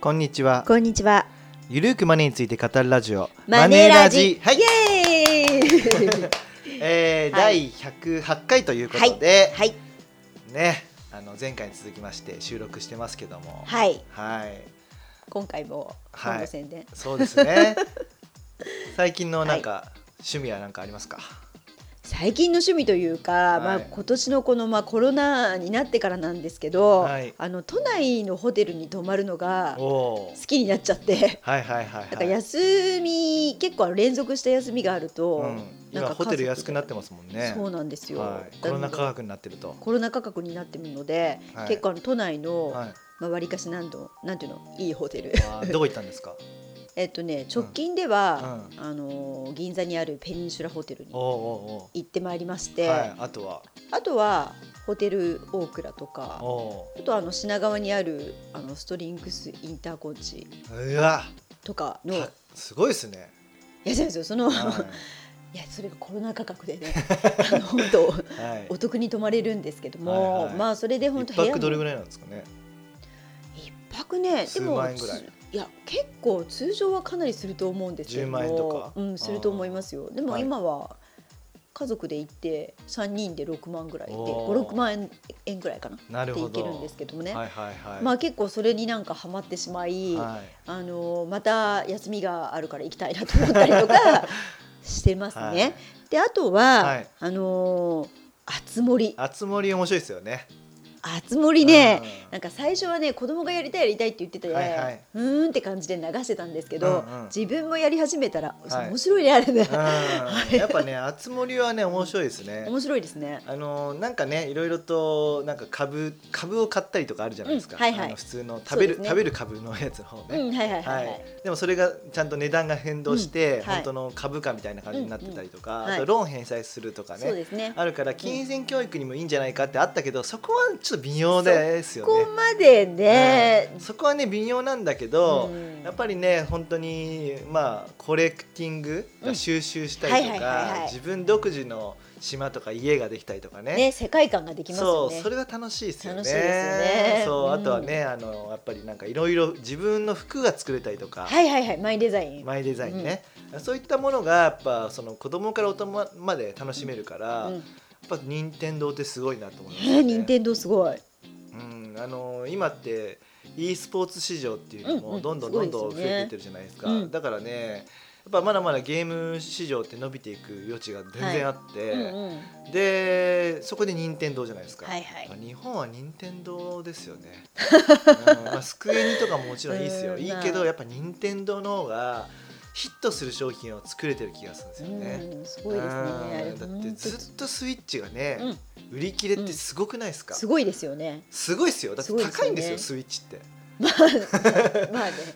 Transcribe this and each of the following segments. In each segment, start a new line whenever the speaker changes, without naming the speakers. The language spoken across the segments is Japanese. こんにちは。
こんにちは。
ゆるーくマネーについて語るラジオ。はい。
イエーイ。
えー
は
第
い
108回ということで、
はい。
ね、あの前回に続きまして収録してますけども、
はい。
はい、
今回も
はい
本の宣伝、
そうです ね。最近のなんか、趣味は何かありますか。
最近の趣味というか、
い
まあ今年のこのまあコロナになってからなんですけど、
はい
あの都内のホテルに泊まるのが
お
好
おー。
きになっちゃって。
はいはいはい
なんか
はい。
休み、結構連続した休みがあると、
うん、
な
今
んか
ホテル安くなっててますもんね。
そうなんですよ、
はい、コロナ価格になってると。
コロナ価格になってるので、
はい
結構あの都内の、
はい。
まあ、割かし何度なんていうのいいホテル
あーどこ行ったんですか。
えっとね直近では、あのー銀座にあるペニンシュラホテルに
おーお
行ってまいりまし
ーおー。
て、
はい。あとは。
あとはホテルオークラとか
おお
あとはあの品川にあるあのストリングスインターコンチ
ー。うわ。
とかのい
たすごいですね。
やそうですよその、、
はい
やそれがコロナ価格でねあの本 当
い。はい
お得に泊まれるんですけども、
はいはい
まあそれで本当
一泊どれぐ
らい
らいなんですかね。
一泊ねで
数
も
万円ぐらい
ついや結構通常はかなりすると思うんですけど
10万円とか
うん、すると思いますよでも
はい
今は家族で行って3人で6万ぐらいで
おー
56万円円ぐらいかなで
なるほ
行
ど。
けるんですけどもね、
はいはいはい。
まあ結構それになんかハマってしまい、
はい。
あのまた休みがあるから行きたいなと思ったり とかしてますね。
はい
であとは、
はい
あのーあつ森
あつ森面白いですよね。
あつ森ね、
うん
なんか最初はね子供がやりたいやりたいって言ってて、
はいはいう
ーんって感じで流してたんですけど、
うんうん
自分もやり始めたら、
はい
面白いねあれね、
うんやっぱね、あつ森はね、面白いですね。
面白いですね
あのなんかねいろいろとなんか株株を買ったりとかあるじゃないですか、
うんはいはい
あの普通の食べる、
そうですね
食べる株のやつの方ね、
うんはいはいはいはい、
でもそれがちゃんと値段が変動して、
うんはい
本当の株価みたいな感じになってたりとか、
うんうんはい
あとローン返済するとか
そう
ね
ですね
あるから金銭教育にもいいんじゃないかってあったけどそこはちょっと微妙ですよ
こ
ね。
こまでね、
うんそこはね微妙なんだけど、
うん
やっぱりね本当にまあコレクティング
うん
収集したりと
はいはいはい
か
はい
自分独自の島とか家ができたりとかね
ね世界観ができます
そ
よ
う
ね
それは楽しいですよね
楽しいですよね
そう
うん
あとはねあのやっぱりなんかいろいろ自分の服が作れたりとか、
はいはいはいマイデザイン
マイデザインね、そういったものがやっぱその子供から大人まで楽しめるから、
うん
やっぱ任天堂ってすごいなと思います
えー、
よ
任
ね。
天堂すごい
うん、あの今って e スポーツ市場っていうの
うんう
も
ん
どんどん
す
ど
ご
ん
い
ど
ですよ
ん
ね
増えてってるじゃないですか
うん
だからねやっぱまだまだゲーム市場って伸びていく余地が全然あって、
うんうん
でそこで任天堂じゃないですか、
はいはい
まあ日本は任天堂ですよ ね、うんまあ、スクエニとかももちろんいいですよ
うん
いいけどやっぱ任天堂の方がヒットする商品を作れてる気がするんですよね、
うんすごいですねあれ
うんだっ
ほん
て
と
ずっとスイッチがね、
うん
売り切れってすごくないですか、
すごいですよね
すごいですよだって
すごいですよね
高いんですよスイッチって
まあね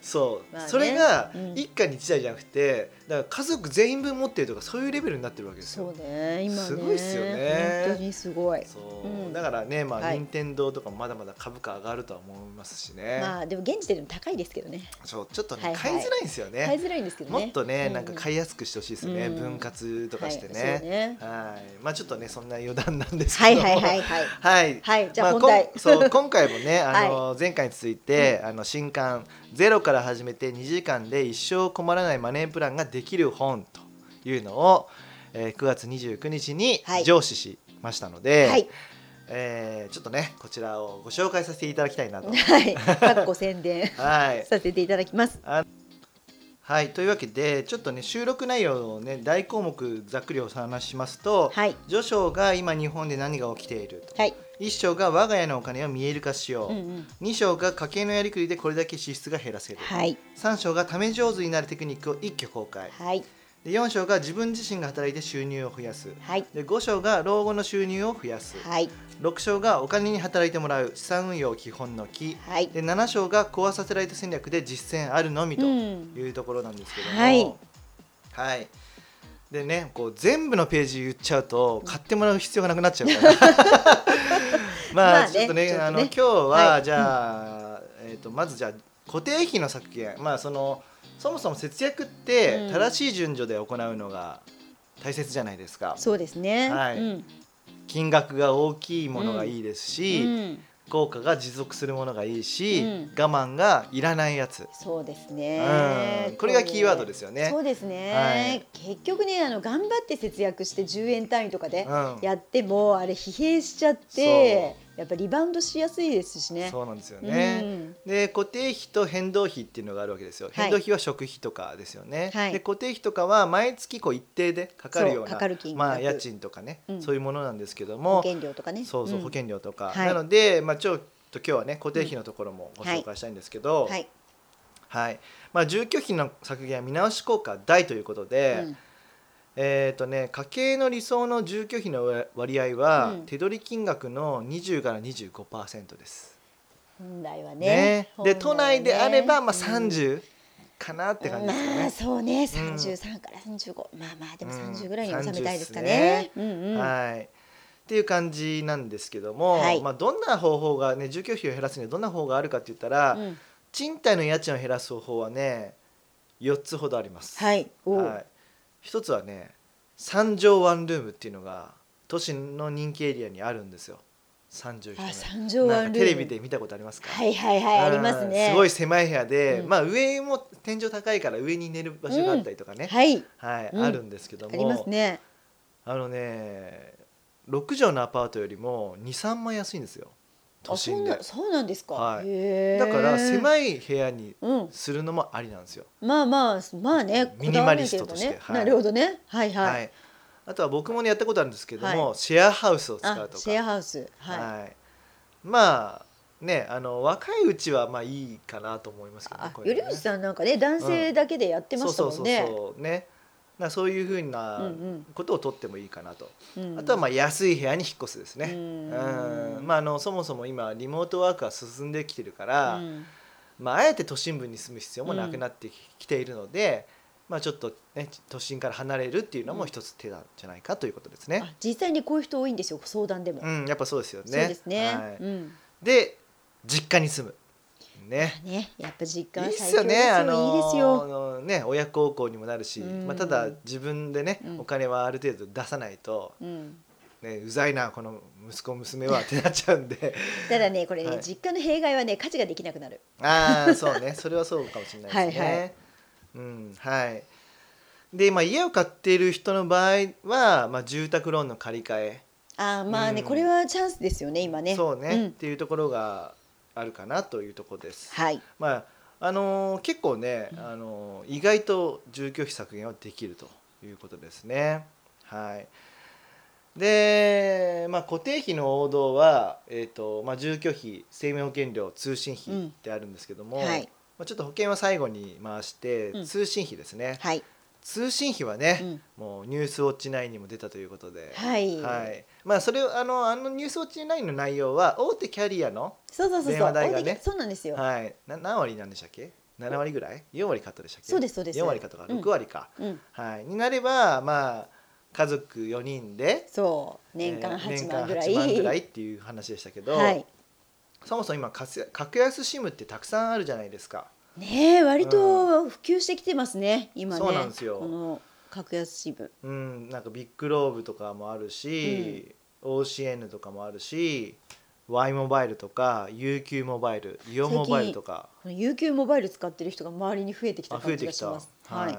そう、
まあね
それが
うん
一家に一台じゃなくてだから家族全員分持ってるとかそういうレベルになってるわけです
そ
よ
うね今ね
すごいっすよね
本当にすごい
そう、
うん
だからねまあ、
はい
任天堂とかまだまだ株価上がるとは思いますしね、
まあでも現時点でも高いですけどね
そうちょっとね、
はいはい
買いづらいんですよね
買いづらいんですけどね
もっとね、
う
なんか買いやすくしてほしいですよね、
うん
分割とかして
はいそう
ね,、
ね
はい、まあちょっとねそんな余談なんです
は
け
い
ど
はいはい
い
はい
はい
はいじゃ
ま
あ
あ
本題
こん そう今回もねあの、前回について、あの新刊「ゼロから始めて2時間で一生困らないマネープランができる本」というのを、えー、9月29日に
はい
上司しましたので、
はい
えーちょっとねこちらをご紹介させていただきたいなと。
はいかっこ宣伝
はい
させていただきます
はい、というわけでちょっとね収録内容をね大項目ざっくりお話ししますと、
はい
序章が今日本で何が起きていると
はい
1章が我が家のお金を見える化しよう、
うんうん
2章が家計のやりくりでこれだけ支出が減らせる、
はい
3章がため上手になるテクニックを一挙公開
はい
で4章が自分自身が働いて収入を増やす
はい
で5章が老後の収入を増やす
はい
6章がお金に働いてもらう資産運用基本の木
はい
で7章がコアサテライト戦略で実践あるのみと
うん
いうところなんですけども、
はい
はいでねこう全部のページ言っちゃうと買ってもらう必要がなくなっちゃう からまあ、
まあね
ちょっとね
ちょっとね
あの今日は、
はい
じゃあ、えー、とまずじゃあ固定費の削減まあそのそもそも節約って
うん
正しい順序で行うのが大切じゃないですか、
そうですね
はい
うん
金額が大きいものがいいですし、
うん
効果が持続するものがいいし、
うん
我慢がいらないやつ、
そうです
う
ね
ん。これがキーワードですすよね
そうですね。
はい
結局ね、あの頑張って節約して10円単位とかで
うん
やっても、あれ疲弊しちゃって、やっぱリバウンドしやすいですしね。
そうなんですよね、
うん
で固定費と変動費っていうのがあるわけですよ。
い
変動費は食費とかですよね。
はい
で固定費とかは毎月こう一定でかかるよう
そう
な
かかる金額
まあ家賃とかね、
うん
そういうものなんですけど
保
も、
険料とかね。
そうそう、
ん
保険料とか、
はい
なのでまあちょっと今日はね固定費のところもご紹介したいんですけど、はい、
はい。
まあ住居費の削減は見直し効果大ということで、
うん
えっ、とね家計の理想の住居費の割合は、
うん
手取り金額の20から25%です。
本来は
ね
ね。
で都
本来はね
内であればまあ
うん
30かなって感じですか
まあ
ね。
そうね、
ん
三十三から三十五、まあまあでも
うん
三十ぐらいに収めたいですか
30っ
ね。
す
うんうん。
はいっていう感じなんですけども、
はい
まあ、どんな方法がね住居費を減らすにはどんな方法があるかって言ったら、
うん
賃貸の家賃を減らす方法はね4つほどあります。
はい。おう
はい一つはね3畳ワンルームっていうのが都心の人気エリアにあるんですよ30
あ、
人
三畳
な
ワ
んか
ンルーム。
テレビで見たことありますか、
はいはいはいあります
う
ね。
んすごい狭い部屋で、
うん
まあ上も天井高いから上に寝る場所があったりとかね、
はい。
はい、
うん
あるんですけども、
ありますね。
あのね6畳のアパートよりも23万安いんですよ都
あ、そう
心で
なそうなんですか
は。い
へえ。
だから
い。
狭い部屋に
うん。
するのもありなんですよ、
まあまあまあね。
ミニマリストとして
こだわら
はい
なければねなるほどね。はい
はい
はい。
あとは僕もねやったことあるんですけども、シェアハウスを使
あ
う、とか
シェアハウス。はい。
はいまあねあの若いうちはまあいいかなと思いますけどね
あ、
こ
よ
れ
り
ね
うじさんなんかね、男性だけでやってま
そう
した
そ
も
うそう
んね。
そうねなそういうふうな
うんうん
ことをとってもいいかなと、
うん
あとはまあ安い部屋に引っ越すですね、
うん
うんまあ、あのそもそも今リモートワークが進んできてるから、
うん
まあ、あえて都心部に住む必要もなくなってきているので、まあ、ちょっと、ね、都心から離れるっていうのも一つ手なんじゃないかということですね
あ。実際にこういう人多いんですよ相談でも、
うん、やっぱそうですよね。
そうですね、
はい
うん
で実家に住むね。
ねやっぱ実
い
家
い
は
っ
最
すよ
強ですよ
ね、あ
いいですよ
のね、親孝行にもなるし、
うん
まあ、ただ自分でね、
うん
お金はある程度出さないと、
うん、
ね、うざいなこの息子娘はってなっちゃうんで
ただねこれね、
はい
実家の弊害はね家事ができなくなる
ああそうねそれはそうかもしれないですね。
はいは
うんはい、で今家を買っている人の場合は、まあ、住宅ローンの借り換え、
あーまあね、
うん
これはチャンスですよね今ね
そうね、っ
ん
ていうところがあるかなというところです。
はい
まああのー結構ね、あのー意外と住居費削減はできるということですね。はいで、まあ、固定費の王道は、えーとまあ、住居費生命保険料通信
う
費
ん
ってあるんですけども、
はい
まあ、ちょっと保険は最後に回して、
うん
通信費ですね、
はい、
通信費はね、
うん
もう「ニュースウォッチ9」にも出たということで、
はい
まあ、それをあのあの「ニュースウォッチ9」の内容は大手キャリアの
そうそうそう
電
そ
話
う、
代がね
大手そうなんですよ、
はい、な何割なんでしたっけ7割ぐらい4割カットでしたっけ
そうですそうです
4割カットか
うん
6割か、
うん
はい、になればまあ家族4人で
そう年
え
間
ー
8万ぐらい,、
年間8万ぐらいっていう話でしたけど、
はい
そもそも今格安格安 SIM ってたくさんあるじゃないですか
ねえ割と普及してきてますね今ね
そうなんですよ
この格安支部
うんなんかビッグローブとかもあるし、OCN とかもあるし Y モバイルとか UQ モバイルイオンモバイルとか
この UQ モバイル使ってる人が周りに増えてきた
あ増え
感じ
て
が
き。
したますはい、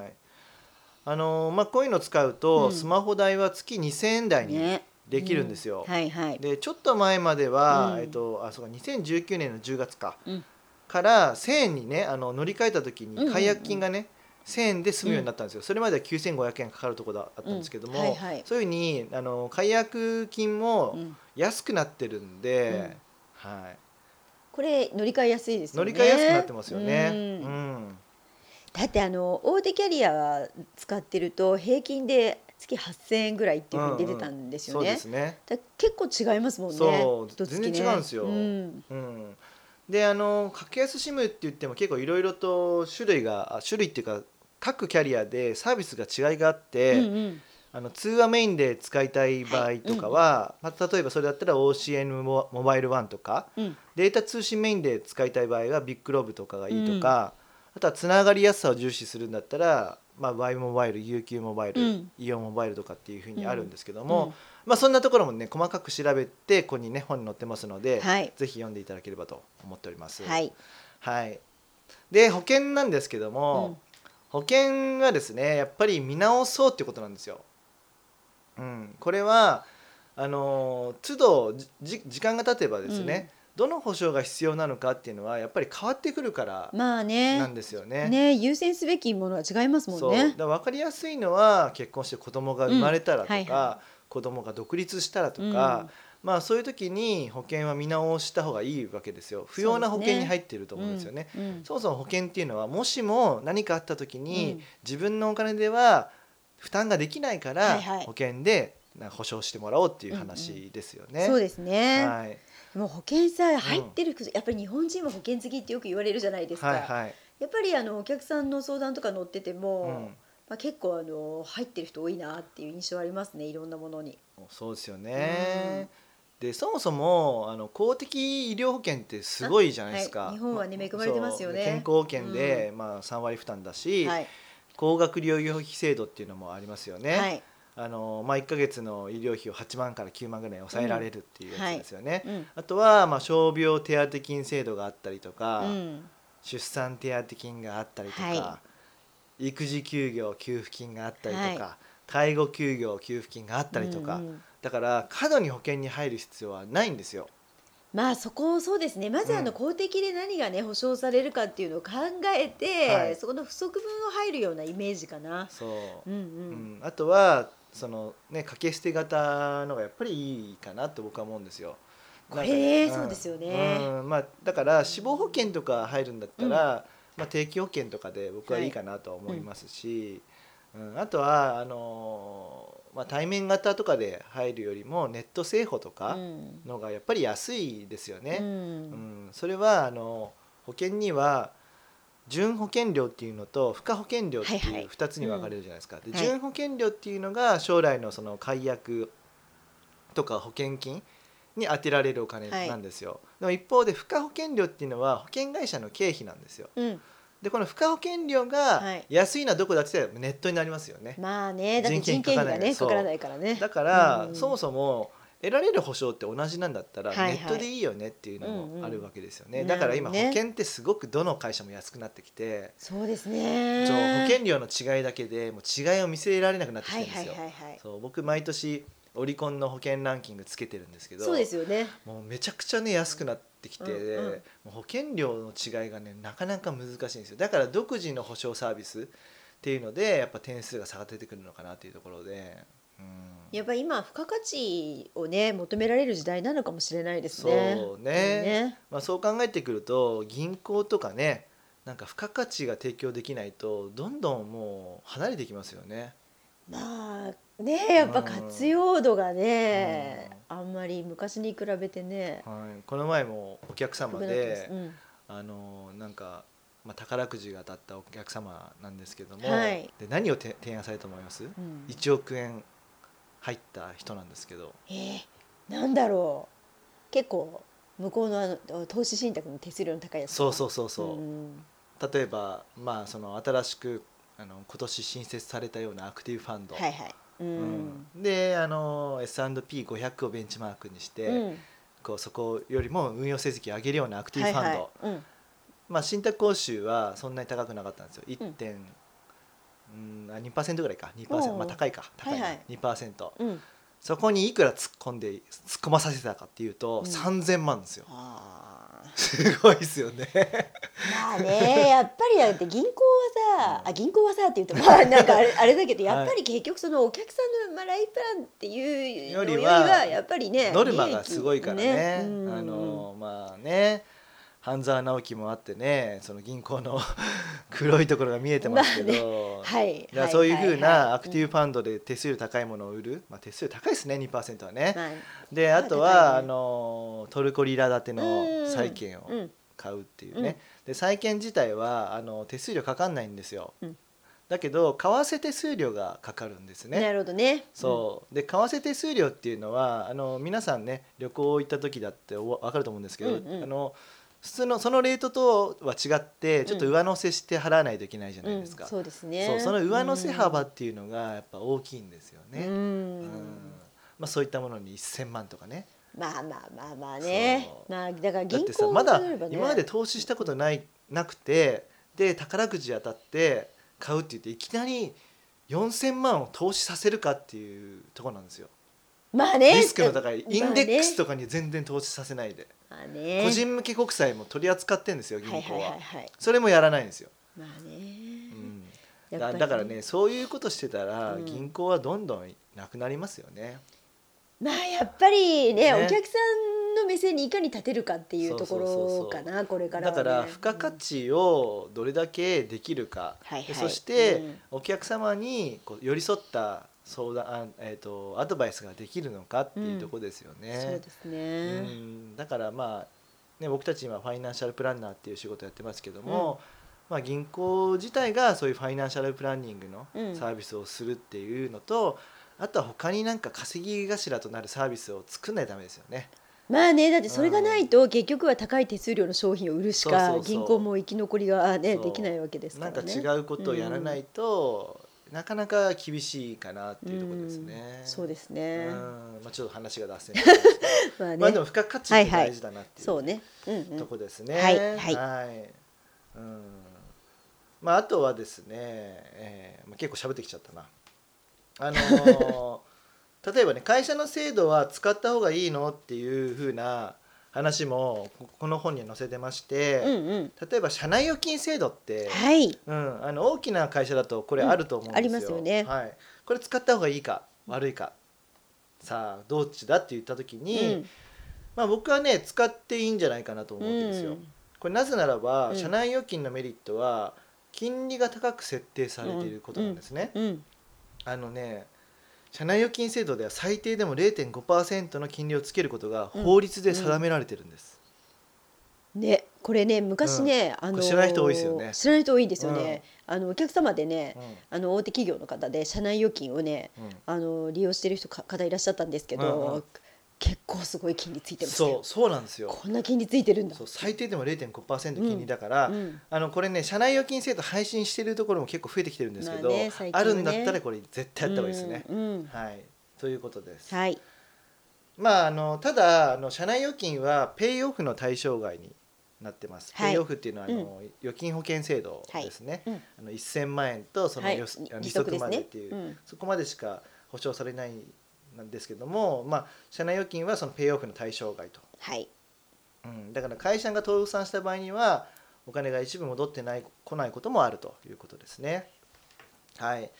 あのーまあこういうの使うと、
うん
スマホ代は月2000円台に
ね
できるんですよ。
うんはいはい
でちょっと前までは、
うん
えっとあそうか2019年の10月か、
うん
から1000円にねあの乗り換えた時
うんうんう
に
ん
解約金がね、1000円で済むようになったんですよ、それまでは9500円かかるところだったんですけども、
うんはいはい
そういうふうにあの解約金も
うん
安くなってるんで、はい、
これ乗り換えやすいですよ
乗り
ね
換えやすくなってますよね。
うん
うん
だってあの大手キャリアは使ってると平均で月8000円ぐらいっていうふうに出てたんですよ
そうで
ね
す、ね
だから結構違いますもんね
そう
一月ね
全然違うんですよ
うん
うん、であの格安 SIM って言っても結構いろいろと種類があ種類っていうか各キャリアでサービスが違いがあって、
うんうん
あの通話メインで使いたい場合とかは、まあ、例えばそれだったら OCN モモバイルワンとか
うん
データ通信メインで使いたい場合はビッグローブとかがいいとか、あとはつながりやすさを重視するんだったら、まあ、Y モバイル UQ モバイル、
うん
イオンモバイルとかっていうふうにあるんですけども、
うん
まあ、そんなところもね細かく調べてここにね本に載ってますので、
はい
ぜひ読んでいただければと思っております。
はい
はいで保険なんですけども、保険がですねやっぱり見直そうっていうことなんですよ。うん、これはあの都度じじ時間が経てばですね、どの保証が必要なのかっていうのはやっぱり変わってくるから
まあね
なんですよね。
ね優先すべきものは違いますも
そ
ん
うだ
ね
から分かりやすいのは結婚して子供が生まれたらとか、
うんはいは
子供が独立したらとか、まあそういう時に保険は見直した方がいいわけですよ不要な保険に入ってると
と
思うんですよね。
うんうん
そもそも保険っていうのはもしも何かあった時に、
うん
自分のお金では負担ができないから、
はいはい
保険でなんか保証してもらおうっていう話ですよね。
そうですね、
はい
もう保険さ入ってる、やっぱり日本人は保険好きってよく言われるじゃないですか、
はいはい、
やっぱりあのお客さんの相談とか乗ってても、
うん、
まあ、結構あの入ってる人多いなっていう印象ありますねいろんなものに。
そうですよね。でそもそもあの公的医療保険ってすごいじゃないですか。
はい日本はね
ま
恵まれてますよ
そ
ね
う健康保険で、まあ三割負担だし、
はい、
高額療養費制度っていうのもありますよね。
はい
あのまあ一ヶ月の医療費を8万から9万ぐらい抑えられるっていうやつですよね。
うん
あとは、まあ、傷病手当金制度があったりとか、
うん
出産手当金があったりとか、
は
育児休業給付金があったりとか、
は
介護休業給付金があったりとか、
うんうん
だから過度に保険に入る必要はないんですよ。
まあそこそうですねまずあ
う
の
ん
公的で何がね保障されるかっていうのを考えて、
はい
そこの不足分を入るようなイメージかな。
そうう、
んう
うん
ん
あとはその、ね、掛け捨て型のがやっぱりいいかなって僕は思うんですよ。
これ
なんかね
そうですよね
うんまあ、だから死亡保険とか入るんだったら、まあ、定期保険とかで僕はいいかなとは思いますし、うん、あとはあのーまあ、対面型とかで入るよりもネット製法と
う
か
ん
のがやっぱり安いですよ
う
ね。うん
ん
それはあの保険には準保険料っていうのと付加保険料って
はいはいいう
2つに分かれるじゃないですか。で
はい
準保険料っていうのが将来のその解約とか保険金に充てられるお金なんですよ。でも一方で付加保険料っていうのは保険会社の経費なんですよ。
うん、
でこの付加保険料
は
が
い
安いのはどこだって言ったらネットになりますよね。
まあねだって人
人
件
件
費
費が
がね
ね
かからないからね
だから、
うん
そもそも得られる保証って同じなんだったら、
はいはい
ネットでいいよねっていうのもあるわけですよね、
うんうん
だから今、
なるほど
保
ね
険ってすごくどの会社も安くなってきて、
そうですね
そう保険料の違いだけでもう違いを見せられなくなってきて
は
る
い
んです
はい
よ、
はいはい
そう僕毎年オリコンの保険ランキングつけてるんですけど
そうですよね
もうめちゃくちゃね安くなってきて、
うんうん
もう保険料の違いがねなかなか難しいんですよだから独自の保証サービスっていうのでやっぱ点数が差が出てくるのかなというところで、うん、
やっぱり今付加価値をね求められる時代なのかもしれないですね。
そうねまあ、そう考えてくると銀行とかねなんか付加価値が提供できないとどんどんもう離れていきますよね。
まあねやっぱ活用度がね、あんまり昔に比べてね。
はい、この前もお客様で
低くなって
あのなんか、まあ、宝くじが当たったお客様なんですけども、
はい
で何をて提案されたと思います
ますうんうん、
1億円入った人なんですけど
えー、なんだろう結構向こうのあの投資信託の手数料の高いやつ
そう
う
そうそうそう、
ん
例えば、まあ、その新しくあの今年新設されたようなアクティブファンド、
はいはい。うん
であの S&P500 をベンチマークにして、
うん
こうそこよりも運用成績を上げるようなアクティブファンド、
はいはいうん
まあ、信託報酬はそんなに高くなかったんですよ
うん
1点、うん、あ2%ぐらいか
お
2%、
う
まあ、高いか高いな、
はいはい
2%
うん、
そこにいくら突っ込んで突っ込まさせたかっていうと、
うん
3000万ですよ
あー
すごいですよね
まあねやっぱりだって銀行はさ、
うん
あ銀行はさって言うとまあなんかあ れあれだけど
はい
やっぱり結局そのお客さんのまあライフプランっていう
よ
よ
り
り
は
はやっぱりね
ノルマがすごいからね
利益うん
あのまあね半沢直樹もあってねその銀行の 黒いところが見えてますけど、
はい
だから
はい
そういうふうなアクティ
ブ
ブファンドで手数料高いものを売る、まあ、手数料高いですね2%はね、
まあ
であと
高い
は、
ね
あのトルコリラ建ての債券
うんう
を
ん
買うっていうね、で債券自体はあの手数料かかんないんですよ、
うん
だけど為替手数料がかかるんですね
なるほどね
そうで為替手数料っていうのはあの皆さんね旅行行った時だってお分かると思うんですけど、
うんうん
あの普通のそのレートとは違ってちょっと上乗せして払わないといけないじゃ
う
ない
ん
ですか、
そうですね
そうその上乗せ幅っていうのがやっぱ大きいんですよね。
うん
うんまあ、そういったものに1,000万とかね
まあまあまあまあね
そう
まあだか
だっ
ら銀
てさ
行
まだ
によればね
今まで投資したことないなくてで宝くじ当たって買うって言っていきなり4,000万を投資させるかっていうところなんですよ。
まあね
リスクの高い
まあね
インデックスとかに全然投資させないで
まあね
個人向け国債も取り扱ってんですよ銀
はいは
行
いは
はい。
いはい
それもやらないんですよ。
まあね、
うん
やっぱ
だ
り
だからねそういうことしてたら、
うん
銀行はどんどんなくなりますよね。
まあやっぱりね
ね
お客さんの目線にいかに立てるかっていうとこ
そうそうそうそ
ろ
う
かなこれか
だ
らはね、
から付加価値をどれだけできるか、
はいはい
そして、
うん
お客様にこう寄り添った相談、あえー、とアドバイスができるのかっていうところですよ
うんそう
ね
で。す
う
ね、
んだからまあ、ね、僕たち今ファイナンシャルプランナーっていう仕事やってますけども、まあ、銀行自体がそういうファイナンシャルプランニングの
うん
サービスをするっていうのと、あとは他になんか稼ぎ頭となるサービスを作んないとダメですよね。
まあねだってそれがないと結局は高い手数料の商品を売るしか
そうそうそう
銀行も生き残りが、ね、
そう
できないわけです
な
か
んから
ね。
違うことをやらないと、なかなか厳しいかなっていうところですね。
うんそうですすね。
まあちょっと話が脱線しましたけど。
まあね、
まあでも付加価値って大事だなっていう
そうね。うんう
と
ん。
こですね。
はいはい
はいうん。まああとはですね、えーまあ結構喋ってきちゃったな。あの ー例えばね会社の制度は使った方がいいのっていう風な話もここの本に載せてまして、
うんうん。
例えば社内預金制度って、
はい。
うん、あの大きな会社だとこれあると思うんですよ、
うんありますよね
はい、これ使った方がいいか悪いかさあどっちだって言った時に、
うん
まあ、僕はね使っていいんじゃないかなと思うんですよ。
うん
これなぜならば、
うん
社内預金のメリットは金利が高く設定されていることなんですね。
うん。
あのね社内預金制度では最低でも0.5%の金利をつけることが法律で定められてるんです。
ね、これね昔ね、あの
これ知らない人多いですよね
知らない人多いんですよね。あのお客様でね、あの大手企業の方で社内預金をね、
うんうん
あの利用してる人か方いらっしゃったんですけど、
うんうん
結構すごい金利ついてます
そう
よ。
そうなんですよ。
こんな金利ついてるんだ。
そう最低でも0.5%金利だから、
うん
あのこれね社内預金制度配信してるところも結構増えてきてるんですけど、
ま
あ
あね最近はね
るんだったらこれ絶対やった方がいいですね。
うんうん
はいということです。
はい。
まああのただあの社内預金はペイオフの対象外になってます。
はい
ペイオフっていうのはあの、預金保険制度ですね。
はいうん
あの1000万円とその
はい
よすあの
利
利
息
息
ですね
までっていう、
うん
そこまでしか保証されないなんですけども、まあ社内預金はそのペイオフの対象外と。
はい。
うん、だから会社が倒産した場合にはお金が一部戻ってない来ないこともあるということですね。はい、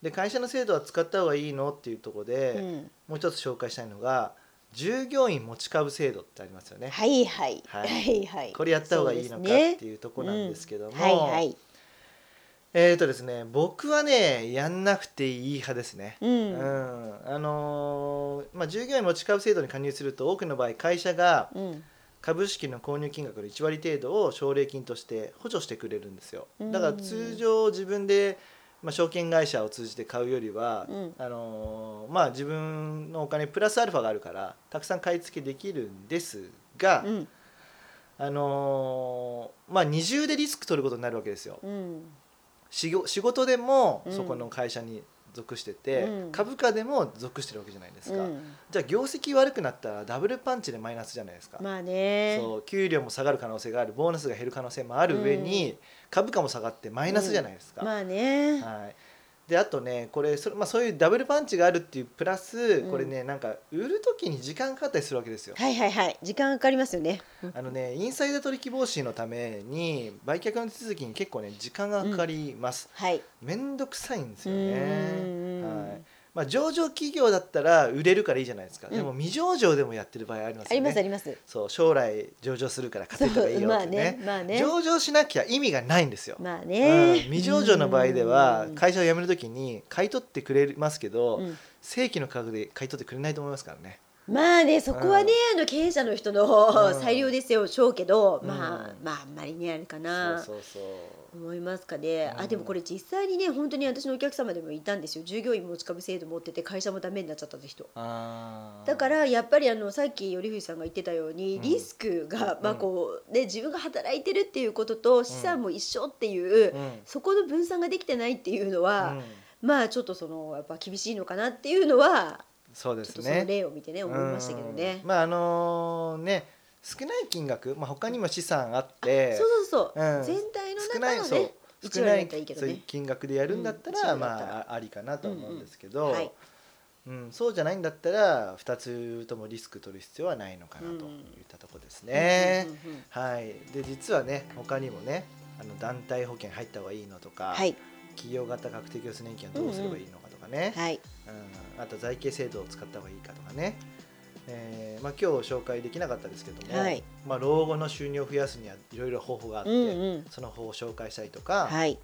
で会社の制度は使った方がいいのっていうところで、
うん
もう一つ紹介したいのが従業員持ち株制度ってありますよね。
はいはい
はい
はいはい。
これやった方がいいのかっていうところなんですけども、
はいはい。
えっ、とですね僕はねやんなくていい派ですね。
う。
うん
うん
んあのーまあ、従業員持ち株制度に加入すると多くの場合会社が
うん
株式の購入金額の1割程度を奨励金として補助してくれるんですよ
うん
だから通常自分で、まあ、証券会社を通じて買うよりは、
うん
あのーまあ、自分のお金プラスアルファがあるからたくさん買い付けできるんですが、
うん
あのーまあ、二重でリスク取ることになるわけですよ。
うん
仕事仕事でも
うん
そこの会社に属してて、
うん
株価でも属してるわけじゃないですか、
うん
じゃあ業績悪くなったらダブルパンチでマイナスじゃないですか。
まあね。
そう給料も下がる可能性があるボーナスが減る可能性もある上に、株価も下がってマイナスじゃないですか。
まあね。
はい、であとねこれそれ、まあ、そういうダブルパンチがあるっていうプラス
うん
これね、なんか売る時に時間かかったりするわけですよ。
はいはいはい。時間かかりますよね。うん
あのねインサイダー取引防止のために売却の手続きに結構ね時間がかかります。
はい。
めんどくさいんです
う
よね。
ん
はいまあ、上場企業だったら売れるからいいじゃないですか、
うん
でも未上場でもやってる場合ありますよね。
ありますあります。
そう将来上場するから勝てたらいいよ
ま
っ
あ
て
ね
ね。
まあね。
上場しなきゃ意味がないんですよ。
まあ
うん
ね。
未上場の場合では
うん
会社を辞めるときに買い取ってくれますけど、
うん
正規の価格で買い取ってくれないと思いますからね。
まあねそこはね、あの経営者の人の
うん
裁量ですよしょうけど、まあ
うん
まああんまりねあれか
そう
な。
そうそう。
思いますかね、
う
あ
ん
でもこれ実際にね本当に私のお客様でもいたんですよ従業員持ち株制度持ってて会社もダメになっちゃったって人
あー
だからやっぱりあのさっき頼藤さんが言ってたように
うん
リスクが、
うん
まあこうね自分が働いてるっていうことと資産も一緒っていう、
うん
そこの分散ができてないっていうの
う
は、
ん
まあちょっとそのやっぱ厳しいのかなっていうのは
そうで
ちょっ
す
とその
ね。
例を見てね思いましたけどね
うん。まああのね少ない金額、まあ他にも資産あって、
そうそうそう、
うん
全体の
少
中
ない
の
そう
ね一
少
割だ
な
っ
い
たらいいけど
そういう
ね。
金額でやるんだった
うん一
ら、
割だったら
まあありかなとは思うんですけど、
うんうんはい
うんそうじゃないんだったら2つともリスク取る必要はないのかなとい
うん
ったとこですね。
うんうんうんうん
はい、で実はね他にもねあの団体保険入った方がいいのとか、
はい
企業型確定拠出年金はどうすればいいのかとかね、
はい
うん、あと財形制度を使った方がいいかとかね、えーまあ、今日紹介できなかったですけども、
はい
まあ、老後の収入を増やすにはいろいろ方法があって、
うんうん
その方法を紹介したりとか、
はい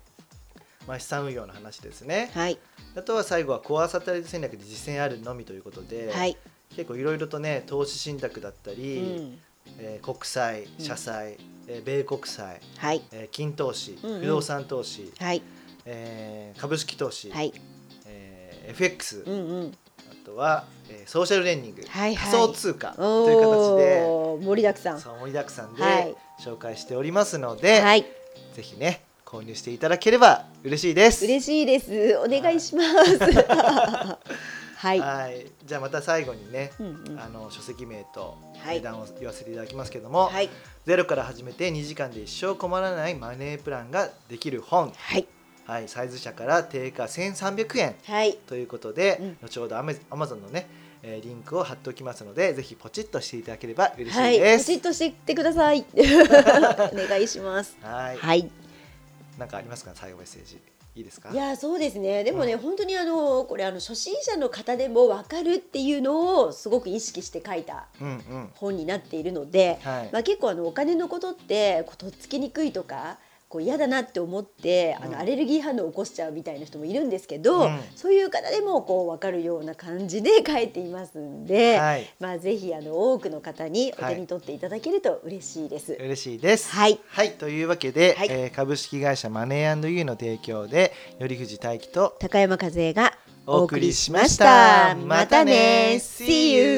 まあ、資産運用の話ですね、
はい
あとは最後はコアサテライト戦略で実践あるのみということで、
はい。
結構いろいろとね投資信託だった
う
り、
ん
えー国債
うん
社債、えー米国債、
はい
えー金投資
うんうん
不動産投資、
はい
えー株式投資、
はい
えー FX、
うんうん
あとは、えーソーシャルレンニング、
はいはい
仮想通貨
お
という形で
おー盛りだくさん。
そう盛りだくさん
は
で
い
紹介しておりますので、
はい
ぜひね購入していただければ嬉しいです。
嬉しいですお願いします。 はい。
はいじゃあまた最後にね、
うんうん
あの書籍名と
はい
値段を言わせていただきますけども、
はい
ゼロから始めて2時間で一生困らないマネープランができる本、
はい
はい、サイズ社から定価1300円
はい
ということで、
うん
後ほどアマアマゾンのね、えーリンクを貼っておきますのでぜひポチッとしていただければ嬉し
はいい
で
ポ
す
チ。ッとしていってく ださい。お願いします。
はい
はい。
なんかありますか最後メッセージいいですか
いやそうですねでもね、
うん
本当にあのこれあの初心者の方でも分かるっていうのをすごく意識して書いた
うんうん
本になっているので、
はい
まあ、結構あのお金のことってこうとっつきにくいとかこう嫌だなって思ってあ
うん
のアレルギー反応を起こしちゃうみたいな人もいるんですけど、
うん
そういう方でもこう分かるような感じで書いていますんで、
はい
まあ、ぜひあの多くの方にお
は
手
い
に取っていただけると嬉しいです。はい、
嬉しいです。
はい
というわけで、
はい
えー株式会社マネーユーの提供で頼藤大樹と
高山和恵が
お
お
送
送
り
り
し
し
ま
ま
し
した
ま
た。ま
た
た
ね
ね。
See
See
you
you.